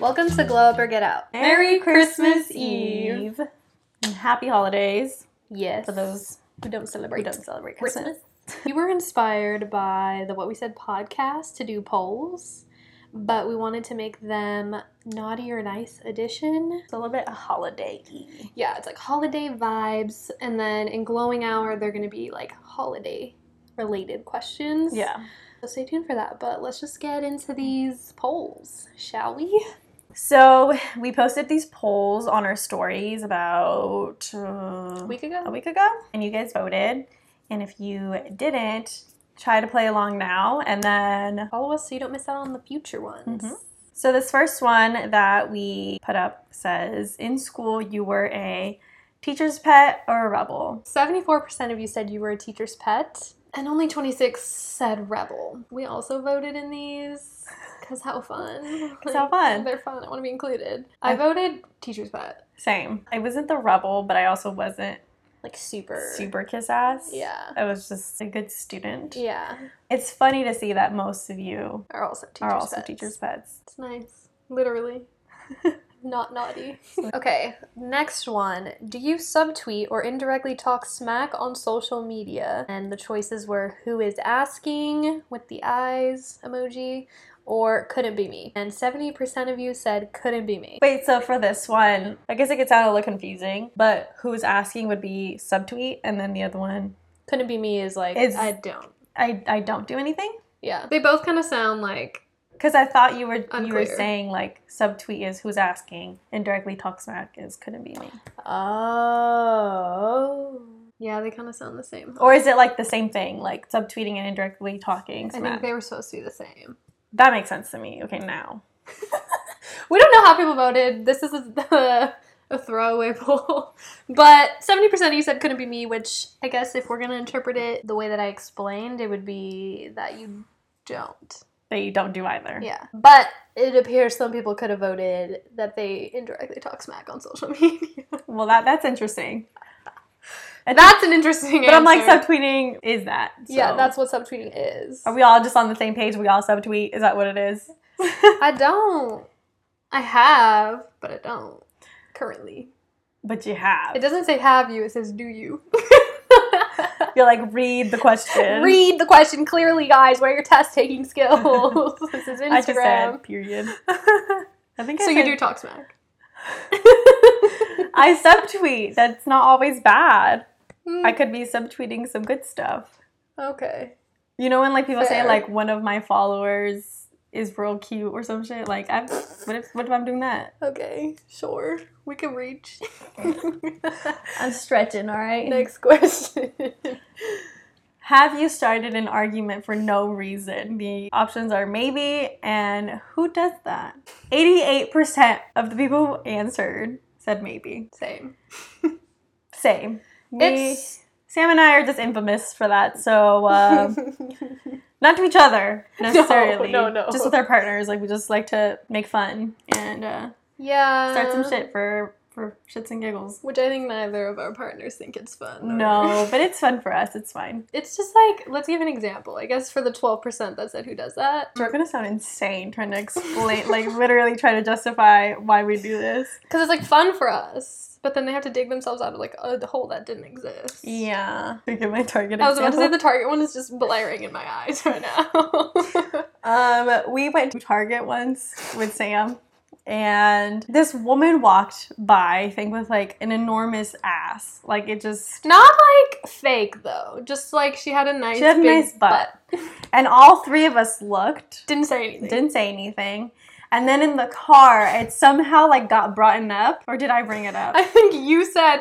Welcome to Glow Up or Get Out. Merry Christmas Eve. And happy holidays Yes. for those who don't celebrate, who don't celebrate Christmas. we were inspired by the What We Said podcast to do polls, but we wanted to make them naughty or nice edition. It's a little bit holiday y. Yeah, it's like holiday vibes, and then in glowing hour they're going to be like holiday related questions. Yeah. So stay tuned for that, but let's just get into these polls, shall we? So we posted these polls on our stories about uh, A week ago. a week ago, and you guys voted. And if you didn't, try to play along now. And then, Follow us so you don't miss out on the future ones. Mhm. so this first one that we put up says, "In school, you were a teacher's pet or a rebel." 74% of you said you were a teacher's pet, and only 26 said rebel. We also voted in these because how fun. 'Cause how fun. They're fun. I want to be included. I I- voted teacher's pet. Same. I wasn't the rebel, but I also wasn't Like super. super kiss ass. Yeah. I was just a good student. Yeah. It's funny to see that most of you Are also teacher's are also pets. teachers' pets. It's nice. Literally. Not naughty. okay, next one. Do you subtweet or indirectly talk smack on social media? And the choices were who is asking with the eyes emoji or couldn't be me. And 70% of you said couldn't be me. Wait, so for this one, I guess it could sound a little confusing, but who's asking would be subtweet, and then the other one, couldn't be me is like It's- I don't. I, I don't do anything. Yeah. They both kind of sound like Because I thought you were you were Unclear. saying like subtweet is who's asking, and directly talk smack is couldn't be me, oh. Yeah, they kind of sound the same. or is it like the same thing, like subtweeting and indirectly talking I smack? think they were supposed to be the same. that makes sense to me. Okay, now We don't know how people voted. This is a, a throwaway poll. But 70% of you said couldn't be me, which I guess if we're going to interpret it the way that I explained, it would be that you don't. that you don't do either. Yeah. But it appears some people could have voted that they indirectly talk smack on social media. Well, that that's interesting. That's an interesting But I'm like answer. subtweeting is that? Yeah, so- that's what subtweeting is. Are we all just on the same page? We all subtweet? Is that what it is? I don't. I have, but I don't currently. But you have. It doesn't say have you, it says do you. You're like, read the question. Read the question clearly, guys. Where are your test taking skills? this is I just Instagram. said, period. I think I, so said, you do talk smack. I subtweet. That's not always bad. Hmm, I could be subtweeting some good stuff. okay. You know when like people Fair. say like one of my followers is real cute or some shit? Like I've what if what if I'm doing that? Okay. Sure. We can reach. I'm stretching, all right? Next question. Have you started an argument for no reason? The options are maybe and who does that? 88% of the people who answered said maybe. Same. Same. Me, It's Sam and I are just infamous for that. So, uh, not to each other necessarily. no, no. Just with our partners. Like, we just like to make fun and uh, yeah. start some shit for, for shits and giggles. Which I think neither of our partners think it's fun. or- No, but it's fun for us. It's fine. It's just like, let's give an example. I guess for the 12% that said who does that. We're gonna sound insane trying to explain, like literally try to justify why we do this. Because it's like fun for us, but then they have to dig themselves out of like a hole that didn't exist. Yeah. Think of my target I was about to example. say the Target one is just blaring in my eyes right now. Um, we went to Target once with Sam, and this woman walked by, I think, with like an enormous ass. Like it just, Not like fake though, just like she had a nice, She had a big nice butt. and all three of us looked, Didn't say anything. didn't say anything. And then in the car, it somehow like got brought up, or did I bring it up? I think you said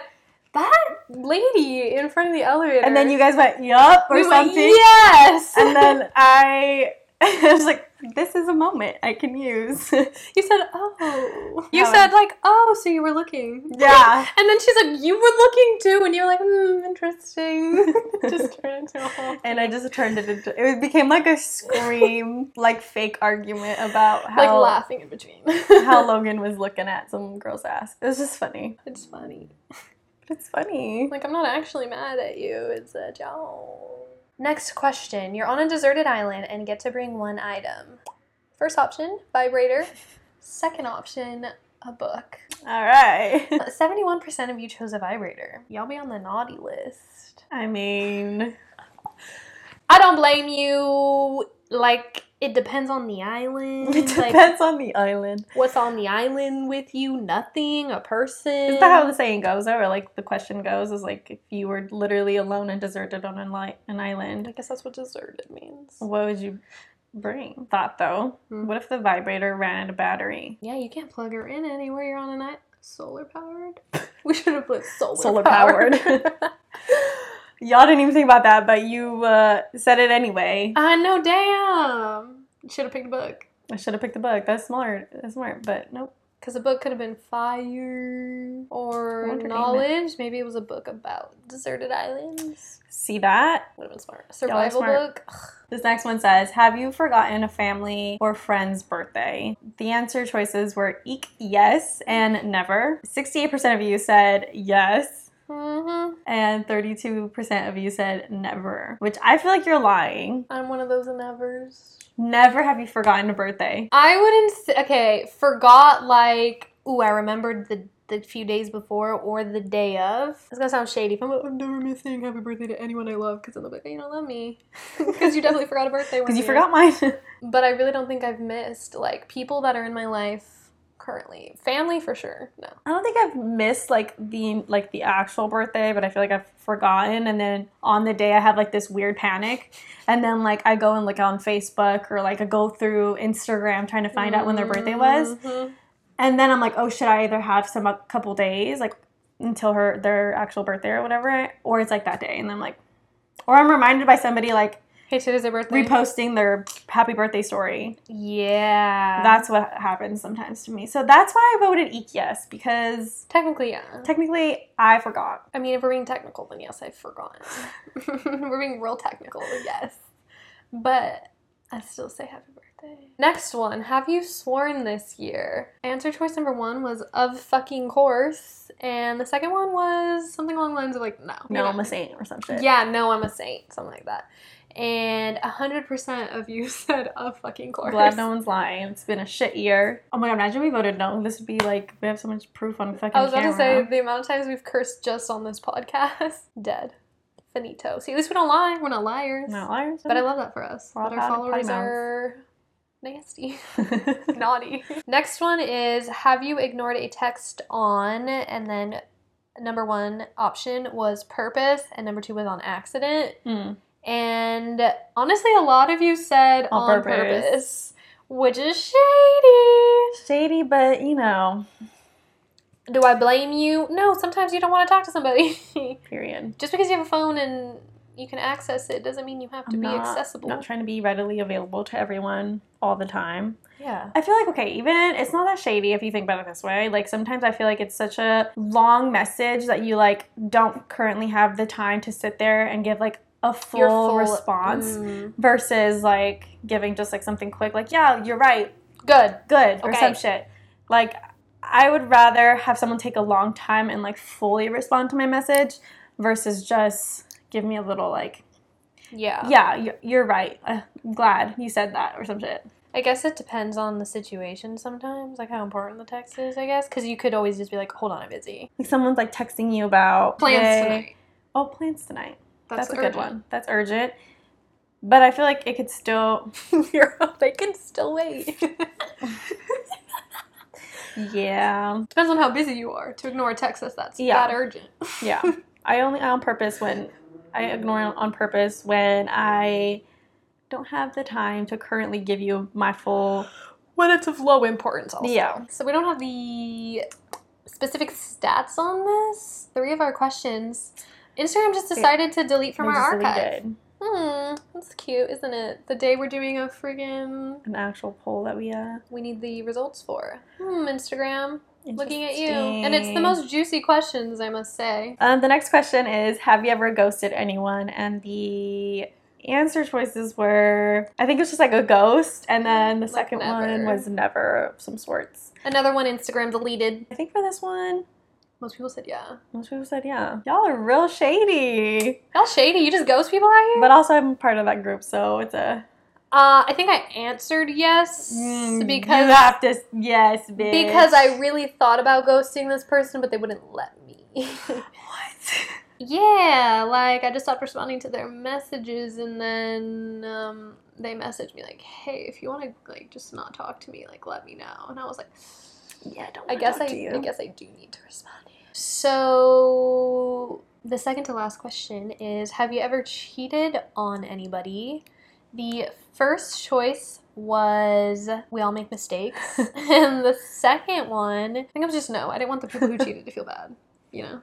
that lady in front of the elevator. And then you guys went, yup, or we went, something. yes. And then I, I was like, this is a moment I can use. you said, oh. You How said like, oh, so you were looking. yeah. And then she said, you were looking too, and you were like, hmm, interesting. just turned into a whole. And I just turned it into it became like a scream, like fake argument about Like how laughing in between. how Logan was looking at some girl's ass. It was just funny. it's funny. It's funny. Like, I'm not actually mad at you. It's a joke. Next question. You're on a deserted island and get to bring one item. First option, vibrator. Second option, a book. All right. 71% of you chose a vibrator. Y'all be on the naughty list. I mean, I don't blame you. Like, it depends on the island. it Like, depends on the island. what's on the island with you? Nothing? A person? Is that how the saying goes, or like the question goes? Is like if you were literally alone and deserted on an, li- an I island, guess that's what deserted means. what would you bring? Thought though, Hmm. what if the vibrator ran out of battery? Yeah, you can't plug her in anywhere. You're on a night. Solar powered? We should have put solar, Solar powered. Y'all didn't even think about that, but you uh, said it anyway. I know, damn. Should have picked a book. I should have picked the book. That's smart. That's smart, but nope. Because a book could have been fire or Entertainment. knowledge. Maybe it was a book about deserted islands. See that? Would have been smart. Y'all are Survival smart. book. Ugh. This next one says, Have you forgotten a family or friend's birthday? The answer choices were eek, yes, and never. 68% of you said yes, Mhm. and 32% of you said never, which I feel like you're lying. I'm one of those nevers. Never have you forgotten a birthday. I wouldn't. s- Okay, forgot like. Ooh, I remembered the the few days before or the day of. It's gonna sound shady. If I'm, like, I'm never missing happy birthday to anyone I love because I'm like, you don't love me because you definitely forgot a birthday. one Because you year. forgot mine. But I really don't think I've missed like people that are in my life currently. Family for sure. No. I don't think I've missed like the like the actual birthday, but I feel like I've forgotten. And then on the day, I have like this weird panic, and then like I go and look on Facebook or like I go through Instagram trying to find out when their birthday was. Mhm. and then I'm like, oh, should I either have some a couple days like until her their actual birthday or whatever, or it's like that day, and I'm like, or I'm reminded by somebody like Hey, today's their birthday. reposting their happy birthday story. yeah. That's what happens sometimes to me. So that's why I voted eek yes because technically yeah. technically I forgot. I mean, if we're being technical, then yes, I've forgotten. we're being real technical, yes. But I still say happy birthday. Next one. Have you sworn this year? Answer choice number one was of fucking course. And the second one was something along the lines of like, no. you're No, not I'm a saint or some shit. Yeah, no, I'm a saint, something like that. And hundred percent of you said a fucking course. Glad no one's lying. It's been a shit year. Oh my god, imagine we voted no. This would be like we have so much proof on fucking I was about camera. to say the amount of times we've cursed just on this podcast. Dead. Finito. See, at least we don't lie. We're not liars. Not liars. But I love that for us. We're all That proud our of followers potty mouths. are nasty. love Naughty. Next one is Have you ignored a text on? And then number one option was purpose, and number two was on accident. Hmm. And honestly, a lot of you said On on, purpose. purpose. which is shady. Shady, but you know. Do I blame you? No, sometimes you don't want to talk to somebody. Period. Just because you have a phone and you can access it doesn't mean you have to I'm be not- accessible. Not trying to be readily available to everyone all the time. yeah. I feel like okay, even it's not that shady if you think about it this way. Like sometimes I feel like it's such a long message that you like don't currently have the time to sit there and give like a full, Your full- response Mm. versus like giving just like something quick like yeah, you're right. Good. good or Okay. some shit. Like I would rather have someone take a long time and like fully respond to my message versus just give me a little like Yeah. yeah you- you're right Uh, I'm glad you said that or some shit. I guess it depends on the situation sometimes, like how important the text is, I guess. Because you could always just be like, hold on, I'm busy. Like someone's like texting you about Plans "Hey, tonight. Oh, plans tonight. That's, a urgent. good one. That's urgent. But I feel like it could still You're they can still wait. yeah Depends on how busy you are. To ignore a text that's that's Yeah. that urgent. yeah. I only on purpose when I ignore on purpose when I don't have the time to currently give you my full When it's of low importance, also. Yeah. So we don't have the specific stats on this. Three of our questions. Instagram just decided to delete from They our just deleted archive. Hmm, that's cute, isn't it? The day we're doing a friggin' An actual poll that we uh we need the results for. Hmm, Instagram, looking at you. interesting. And it's the most juicy questions, I must say. Uh, the next question is: Have you ever ghosted anyone? And the answer choices were: I think it's just like a ghost, and then the Like second never. one was never of some sorts. Another one Instagram deleted. I think for this one, Most people said yeah. Most people said yeah. Y'all are real shady. Y'all shady. You just ghost people out here. But also, I'm part of that group, so it's a. uh, I think I answered yes Mm, because you have to. Yes, bitch. because I really thought about ghosting this person, but they wouldn't let me. What? yeah, like I just stopped responding to their messages, and then um, they messaged me like, "Hey, if you want to like just not talk to me, like let me know." And I was like, Yeah, I don't. "I guess I, talk to you. I guess I do need to respond." So the second to last question is: Have you ever cheated on anybody? The first choice was we all make mistakes, and the second one, I think it was just no. I didn't want the people who cheated to feel bad, you know,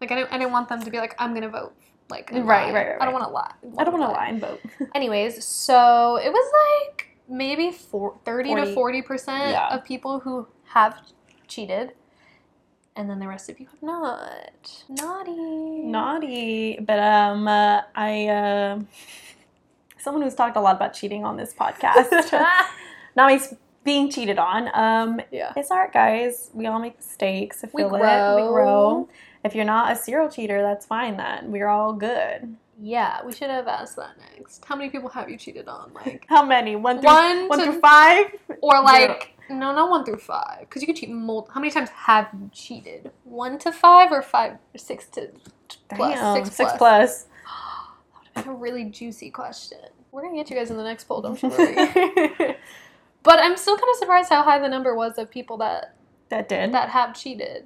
like I didn't, I didn't want them to be like, I'm gonna vote. Like and Right, lie. right, right, I don't right. want to lie. I don't want to lie and vote. Anyways, so it was like maybe four, 30 to 40 percent Yeah. of people who have cheated, and then the rest of you have not. Naughty. Naughty, but um, uh, I uh, someone who's talked a lot about cheating on this podcast. Not me being cheated on. Um, yeah. It's art, guys. We all make mistakes. Feel We it. grow. We grow. If you're not a serial cheater, that's fine. Then we're all good. Yeah, we should have asked that next. How many people have you cheated on? Like How many? One through One one to- through five. or like no, not one through five, because you could cheat. Mul- how many times have you cheated? One to five or five or six to plus Damn, six, six plus. plus. That's a really juicy question. We're gonna get you guys in the next poll, don't you worry. But I'm still kind of surprised how high the number was of people that that did. that have cheated.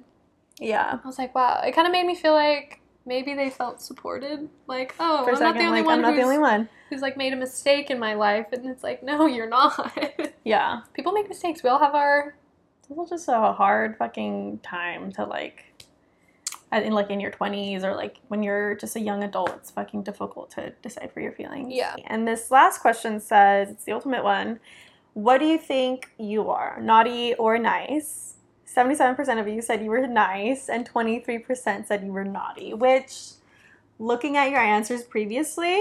yeah. I was like, wow. It kind of made me feel like maybe they felt supported. Like, oh, For a I'm not the second, only like one I'm not who's, the only one. who's like made a mistake in my life, and it's like, no, you're not. Yeah. people make mistakes. We all have our This was just a hard fucking time to like. I- In like in your twenties or like when you're just a young adult, it's fucking difficult to decide for your feelings. Yeah. And this last question says it's the ultimate one. What do you think you are, naughty or nice? Seventy-seven percent of you said you were nice, and twenty-three percent said you were naughty. Which, looking at your answers previously,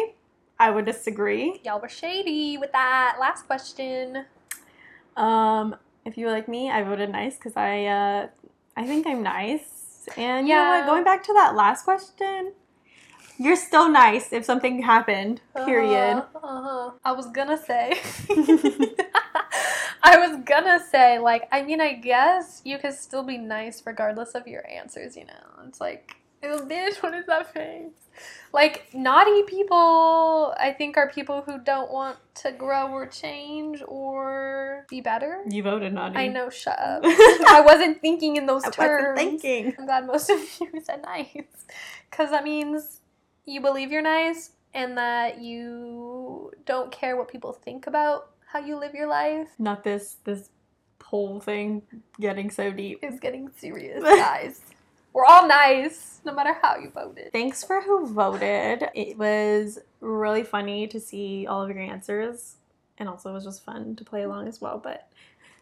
I would disagree. y'all were shady with that last question. Um, if you were like me, I voted nice because I, uh, I think I'm nice. And you know Yeah. what? Going back to that last question, you're still nice if something happened. Period. Uh-huh, uh-huh. I was gonna say. I was gonna say, like, I mean, I guess you could still be nice regardless of your answers, you know? It's like, oh, bitch, what is that face? Like, naughty people, I think, are people who don't want to grow or change or be better. You voted naughty. I know, shut up. I wasn't thinking in those I wasn't terms. thinking. I'm glad most of you said nice. Because that means you believe you're nice and that you don't care what people think about how you live your life. Not this this poll thing getting so deep. It's getting serious, guys. We're all nice, no matter how you voted. Thanks for who voted. It was really funny to see all of your answers, and also it was just fun to play along as well. But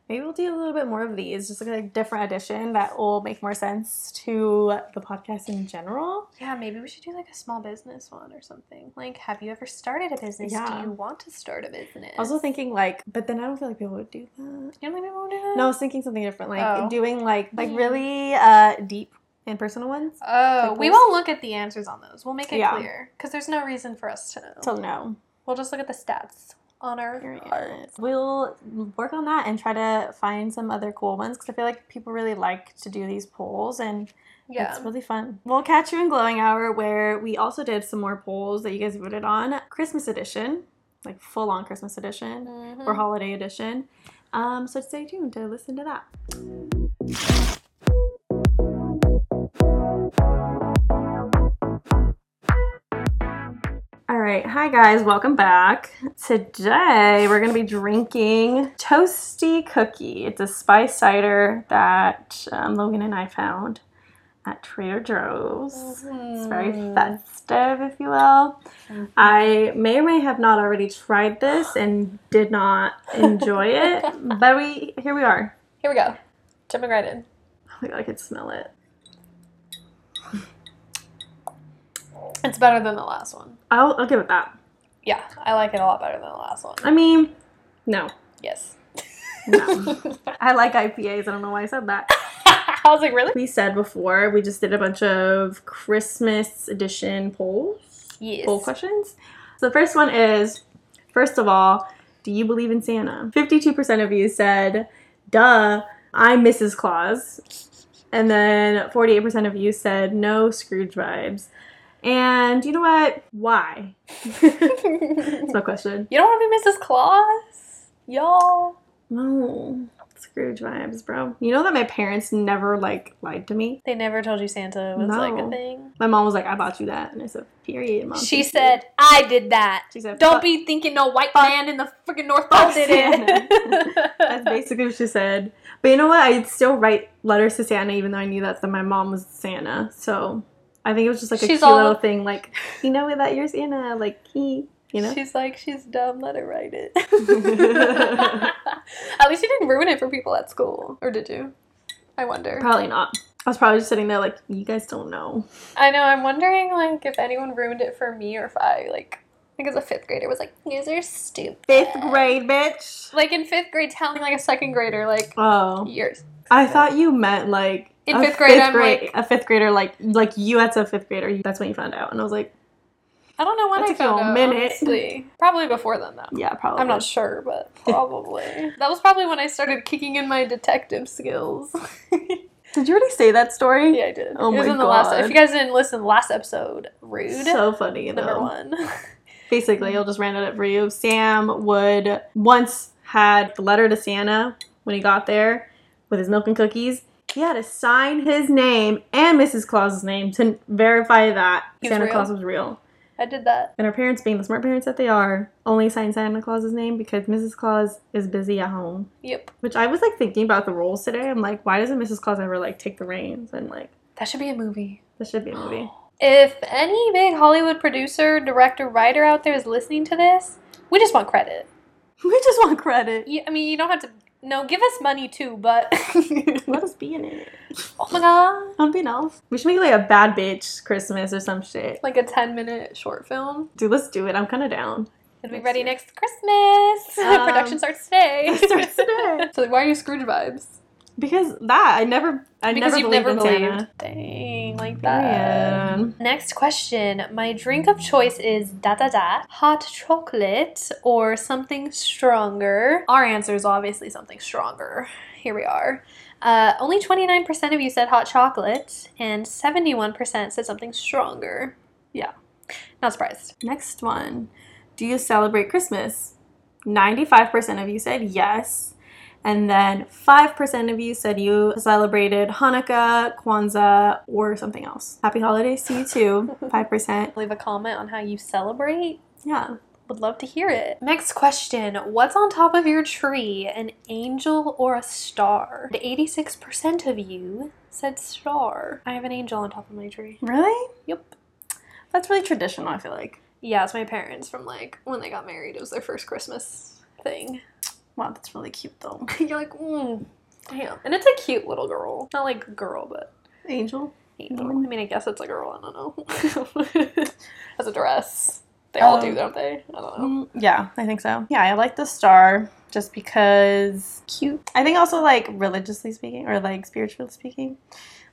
maybe we'll do a little bit more of these, just like a different edition that will make more sense to the podcast in general. Yeah, maybe we should do like a small business one or something. Like, have you ever started a business? Yeah. Do you want to start a business? I was also thinking like, but then I don't feel like people would do that. you don't think people would do that? No, I was thinking something different, like Oh. doing like like Hmm. really uh deep and personal ones. Oh, Like we those- won't look at the answers on those. We'll make it Yeah. clear because there's no reason for us to know. So no. we'll just look at the stats on our cards. We'll work on that and try to find some other cool ones because I feel like people really like to do these polls and Yeah, it's really fun. We'll catch you in Glowing Hour where we also did some more polls that you guys voted on. Christmas edition, like full on Christmas edition Mhm. or holiday edition. Um, so stay tuned to listen to that. All right, hi guys, welcome back. Today we're gonna be drinking Toasty Cookie. It's a spice cider that um, Logan and I found at Trader Joe's. Mm-hmm. It's very Mm. festive, if you will. I may or may have not already tried this and did not enjoy it, but we here we are. Here we go. Jumping right in. Oh my god, I could smell it. It's better than the last one. I'll, I'll give it that. Yeah, I like it a lot better than the last one. I mean, no, Yes. no. I like IPAs. I don't know why I said that. I was like, really? We said before, we just did a bunch of Christmas edition polls, Yes. poll questions. So the first one is first of all, do you believe in Santa? 52% of you said, duh, I'm Mrs. Claus. And then 48% of you said, no Scrooge vibes. And you know what? Why? That's you my question. don't want to be Mrs. Claus, y'all. No. Scrooge vibes, bro. You know that my parents never like lied to me. They never told you Santa was like a No. thing. My mom was like, "I bought you that," and I said, "Period, mom." She thank you." said, I did that. She said, Don't "Fuck." be thinking no white fuck- man in the freaking North Pole fuck did it. That's basically what she said. But you know what? I'd still write letters to Santa, even though I knew that, that my mom was Santa. So I think it was just like a She's cute all- little thing, like you know that you're Santa, like he, you know. She's like, she's dumb, let her write it. at least you didn't ruin it for people at school. Or did you? I wonder. Probably not. I was probably just sitting there like, you guys don't know. I know, I'm wondering like if anyone ruined it for me or if I like I think as a fifth grader was like, these are stupid. Fifth grade, bitch. Like in fifth grade telling like a second grader like Oh, years. I thought you meant like In a fifth grade, I'm grade- like- a fifth grader, like like you as a fifth grader. That's when you found out, and I was like, I don't know when That I took you found a out. minute. honestly. Probably before then though. yeah, probably. I'm not sure, but probably. that was probably when I started kicking in my detective skills. Did you already say that story? yeah, I did. Oh it was my in the last if God. you guys didn't listen to the last episode, rude. So funny though. number one. Basically, I'll just rant it up for you. Sam would once had the letter to Santa when he got there with his milk and cookies. He had to sign his name and Mrs. Claus's name to verify that He was Santa real. Claus was real. I did that. And our parents, being the smart parents that they are, only signed Santa Claus's name because Mrs. Claus is busy at home. Yep. Which I was like thinking about the roles today. I'm like, why doesn't Mrs. Claus ever like take the reins? And like, That should be a movie. this should be a movie. If any big Hollywood producer, director, writer out there is listening to this, we just want credit. we just want credit. You, I mean, you don't have to. No, give us money too, but. Let us be in it. oh my god. That'd be nice. We should make like a bad bitch Christmas or some shit. Like a 10 minute short film. Dude, let's do it. I'm kind of down. It'll be Next ready year. next Christmas. Um, Production starts today. It starts today. so, why are you Scrooge vibes? Because that I never, I because never you've believed never in believed. Santa. Dang, like that. Period. Next question. My drink of choice is da da da, hot chocolate, or something stronger. Our answer is obviously something stronger. Here we are. Uh, only 29% of you said hot chocolate, and 71% said something stronger. Yeah. Not surprised. Next one. Do you celebrate Christmas? Ninety-five percent of you said yes, and then five percent of you said you celebrated Hanukkah, Kwanzaa, or something else. Happy holidays to you too. Five percent. Leave a comment on how you celebrate. Yeah. Would love to hear it. Next question What's on top of your tree, an angel or a star? And 86% of you said star. I have an angel on top of my tree. Really? Yep. That's really traditional. I feel like. Yeah, it's my parents from like when they got married. It was their first Christmas thing. Wow, that's really cute though. You're like, mm, damn. And it's a cute little girl. Not like girl, but Angel. angel. Mm. I mean, I guess it's a girl. I don't know. As a dress. They all do, Um, don't they? I don't know. Mm, yeah, I think so. Yeah, I like the star just because Cute. I think also like religiously speaking or like spiritually speaking,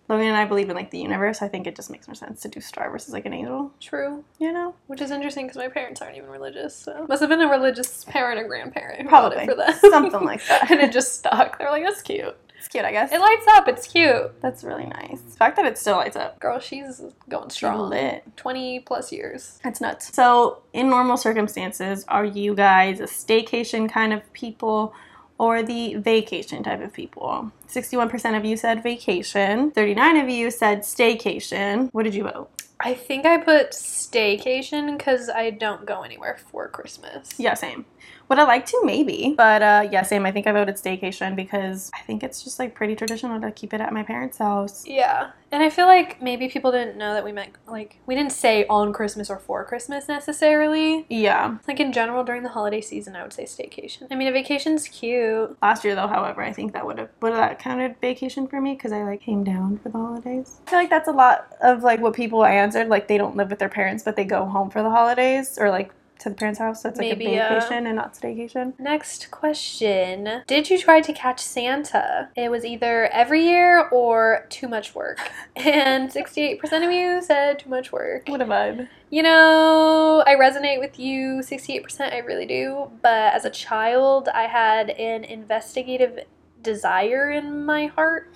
Logan and I believe in like the universe. I think it just makes more sense to do star versus like an angel, True. you know? Which is interesting because my parents aren't even religious, so must have been a religious parent or grandparent who bought Probably. it for that. Something like that. and it just stuck. They're like, that's cute. It's cute, I guess. It lights up. It's cute. That's really nice. The fact that it still lights up. Girl, she's going strong. Strong. Lit. Twenty plus years. That's nuts. So, in normal circumstances, are you guys a staycation kind of people or the vacation type of people? 61% of you said vacation, 39 of you said staycation. What did you vote? I think I put staycation because I don't go anywhere for Christmas. Yeah, same. Would I like to? Maybe. But uh, yeah, same. I think I voted staycation because I think it's just like pretty traditional to keep it at my parents' house. Yeah. And I feel like maybe people didn't know that we meant, like, we didn't say on Christmas or for Christmas necessarily. Yeah. Like, in general, during the holiday season, I would say staycation. I mean, a vacation's cute. Last year, though, however, I think that would have would that counted vacation for me because I like came down for the holidays. I feel like that's a lot of like what people answered. Like they don't live with their parents, but they go home for the holidays or like to the parents' house. That's like Maybe, a uh, vacation and not staycation. Next question. Did you try to catch Santa? It was either every year or too much work. And 68% of you said too much work. What a vibe. You know, I resonate with you 68%, I really do. But as a child, I had an investigative desire in my heart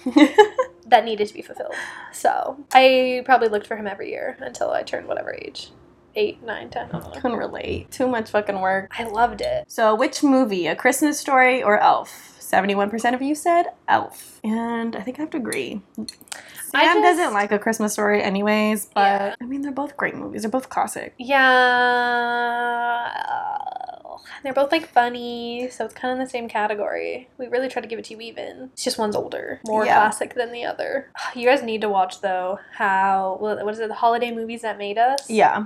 that needed to be fulfilled. So I probably looked for him every year until I turned whatever age eight, nine, ten, I don't know. Can relate. Too much fucking work. I loved it. So, which movie, A Christmas Story or Elf? 71% of you said Elf. And I think I have to agree. Sam I just- doesn't like A Christmas Story, anyways, but Yeah. I mean, they're both great movies. They're both classic. Yeah. uh, They're both like funny, so it's kind of in the same category. We really try to give it to you even. It's just one's older, more Yeah. classic than the other. You guys need to watch though how what what is it? The holiday movies that made us. Yeah,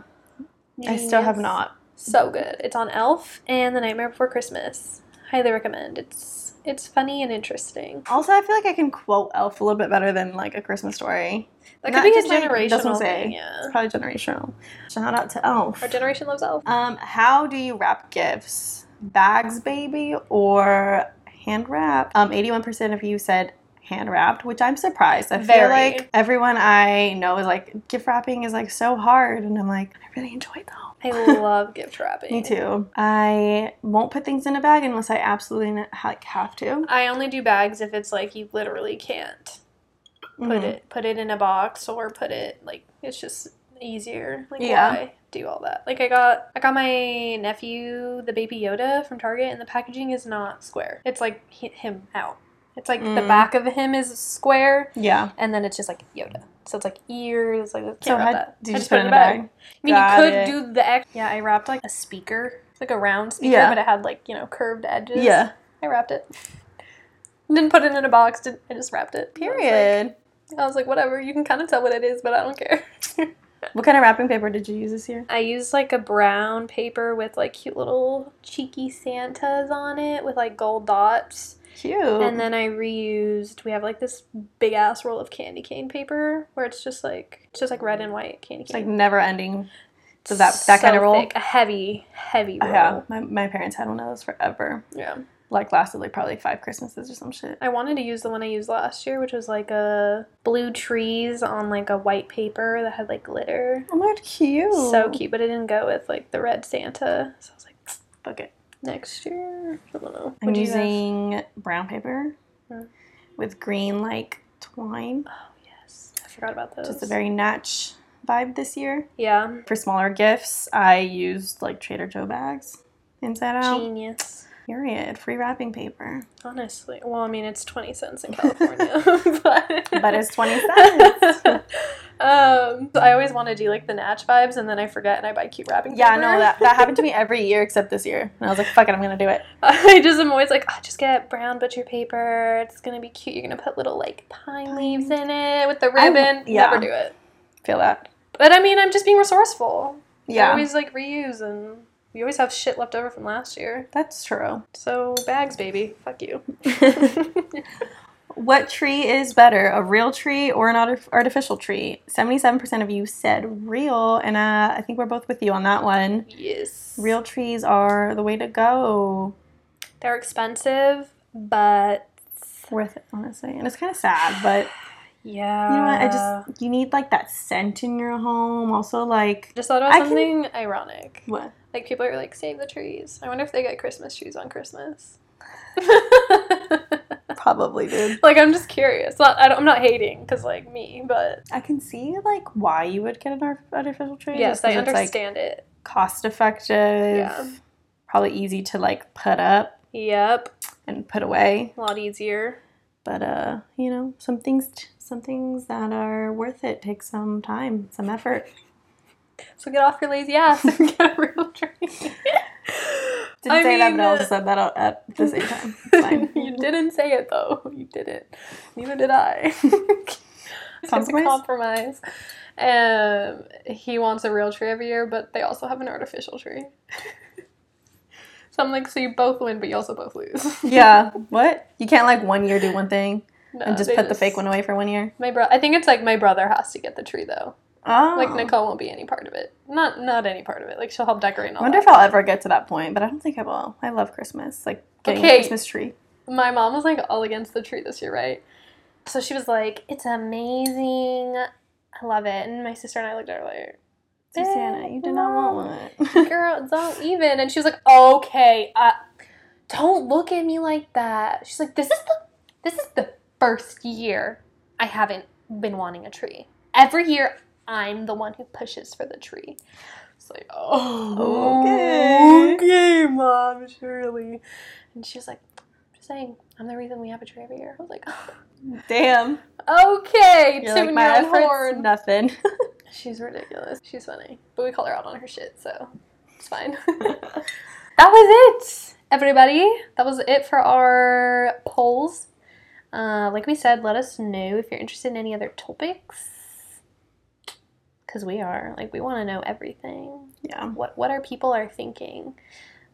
I still have Genius. not. So good. It's on Elf and The Nightmare Before Christmas. Highly recommend. It's it's funny and interesting. Also, I feel like I can quote Elf a little bit better than like A Christmas Story. That Not could be a just, like, doesn't generational say. thing. It's Yeah. probably generational. Shout out to Elf. Our generation loves Elf. Um, how do you wrap gifts? Bags, baby, or hand wrapped? Um, eighty-one percent of you said hand wrapped, which I'm surprised. I feel Very. like everyone I know is like gift wrapping is like so hard, and I'm like I really enjoy though. I love gift wrapping. Me too. I won't put things in a bag unless I absolutely n- ha- like have to. I only do bags if it's like you literally can't. put Mhm. it put it in a box or put it like it's just easier. Like Yeah. why do all that? Like I got I got my nephew the baby Yoda from Target and the packaging is not square. It's like hi- him out. It's like the Mm. back of him is square Yeah. and then it's just like Yoda. So it's like ears like can't So wrap how that. do you I just put it in a bag? I mean Got you could it. do the ex- yeah I wrapped like a speaker It's like a round speaker Yeah. but it had like you know curved edges. Yeah. I wrapped it. Didn't put it in a box. Didn't, I just wrapped it. I was like, Period. I was like, whatever, you can kind of tell what it is, but I don't care. What kind of wrapping paper did you use this year? I used like a brown paper with like cute little cheeky Santas on it with like gold dots. Cute. And then I reused, we have like this big ass roll of candy cane paper where it's just like, it's just like red and white candy it's like cane. never ending. So that that kind of So roll. thick, a heavy, heavy roll. Yeah, my, my parents had one of those forever. Uh-huh. yeah. Like lasted like probably five Christmases or some shit. I wanted to use the one I used last year, which was like a blue trees on like a white paper that had like glitter. Oh my god, cute. So cute, but it didn't go with like the red Santa. So I was like, Fuck it. next year. I don't know. I'm What do you have? using brown paper Hmm. with green like twine. Yes, I forgot about those. Just a very natch vibe this year. yeah, For smaller gifts, I used like Trader Joe bags inside out. genius. Period. Free wrapping paper. Honestly, well, I mean, it's twenty cents in California, but But it's 20 cents. um, so I always want to do like the Natch vibes, and then I forget, and I buy cute wrapping. yeah, paper. no, that, that happened to me every year except this year. And I was like, fuck it, I'm gonna do it. I just am always like, oh, just get brown butcher paper. It's gonna be cute. You're gonna put little like pine leaves in it with the I- ribbon. yeah. Never do it. Feel that. But I mean, I'm just being resourceful. I Yeah. always like reuse, and we always have shit left over from last year. That's true. So bags, baby. Fuck you. What tree is better, a real tree or an artif- artificial tree? 77% of you said real, and uh, I think we're both with you on that one. yes. Real trees are the way to go. They're expensive, but Worth it, honestly. And it's kind of sad, but yeah. you know what? I Uh. just, you need like that scent in your home. Also, like, just thought I about can- something ironic. what? Like people are like, save the trees. I wonder if they get Christmas trees on Christmas. Probably, dude. like I'm just curious. Not, I don't, I'm not hating because like me, but I can see like why you would get an ar- artificial tree. yes, just 'cause I it's, like, understand it. cost effective. Yeah. Probably easy to like put up Yep, and put away. a lot easier. but uh you know some things some things that are worth it take some time some effort So get off your lazy ass and get a real tree. didn't I say that mean, but i uh, also said that all at the same time It's you fine. didn't say it though. You didn't. Neither did I. It's a compromise. Compromise? Um, he wants a real tree every year, but they also have an artificial tree. so I'm like, so you both win, but you also both lose. yeah what you can't like one year do one thing No, and just Uh, they put the fake one away for one year My bro, I think it's like my brother has to get the tree though. Oh. Like Nicole won't be any part of it. Not not any part of it. Like she'll help decorate and I all wonder that. if I'll ever get to that point, but I don't think I will. I love Christmas, like getting Okay. a Christmas tree. my mom was like all against the tree this year, right? So she was like, "It's amazing, I love it." And my sister and I looked at her like, Susanna, you did not want "Eh, one. "Girl, don't even." And she was like, "Okay, uh, don't look at me like that." She's like, "This is the this is the first year I haven't been wanting a tree. Every year I'm the one who pushes for the tree." It's like, "Oh, Okay. okay, mom, surely." And she was like, "Just saying, I'm the reason we have a tree every year." I was like. Damn. Okay, You're tooting your like, my own efforts, horn. nothing. She's ridiculous. She's funny. But we call her out on her shit, so it's fine. Thank that was it, everybody. That was it for our polls. Uh, like we said, let us know if you're interested in any other topics. Because we are. Like, we want to know everything. Yeah. What, what our people are thinking.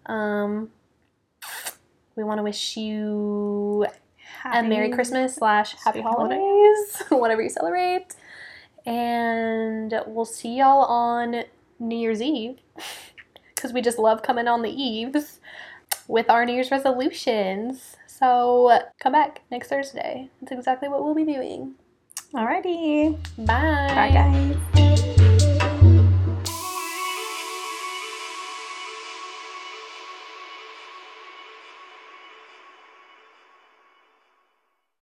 Um, we want to wish you and Merry Christmas slash Happy Holidays, whatever you celebrate. And we'll see y'all on New Year's Eve because we just love coming on the eves with our New Year's resolutions. So come back next Thursday. That's exactly what we'll be doing. Alrighty. Bye. Bye, guys.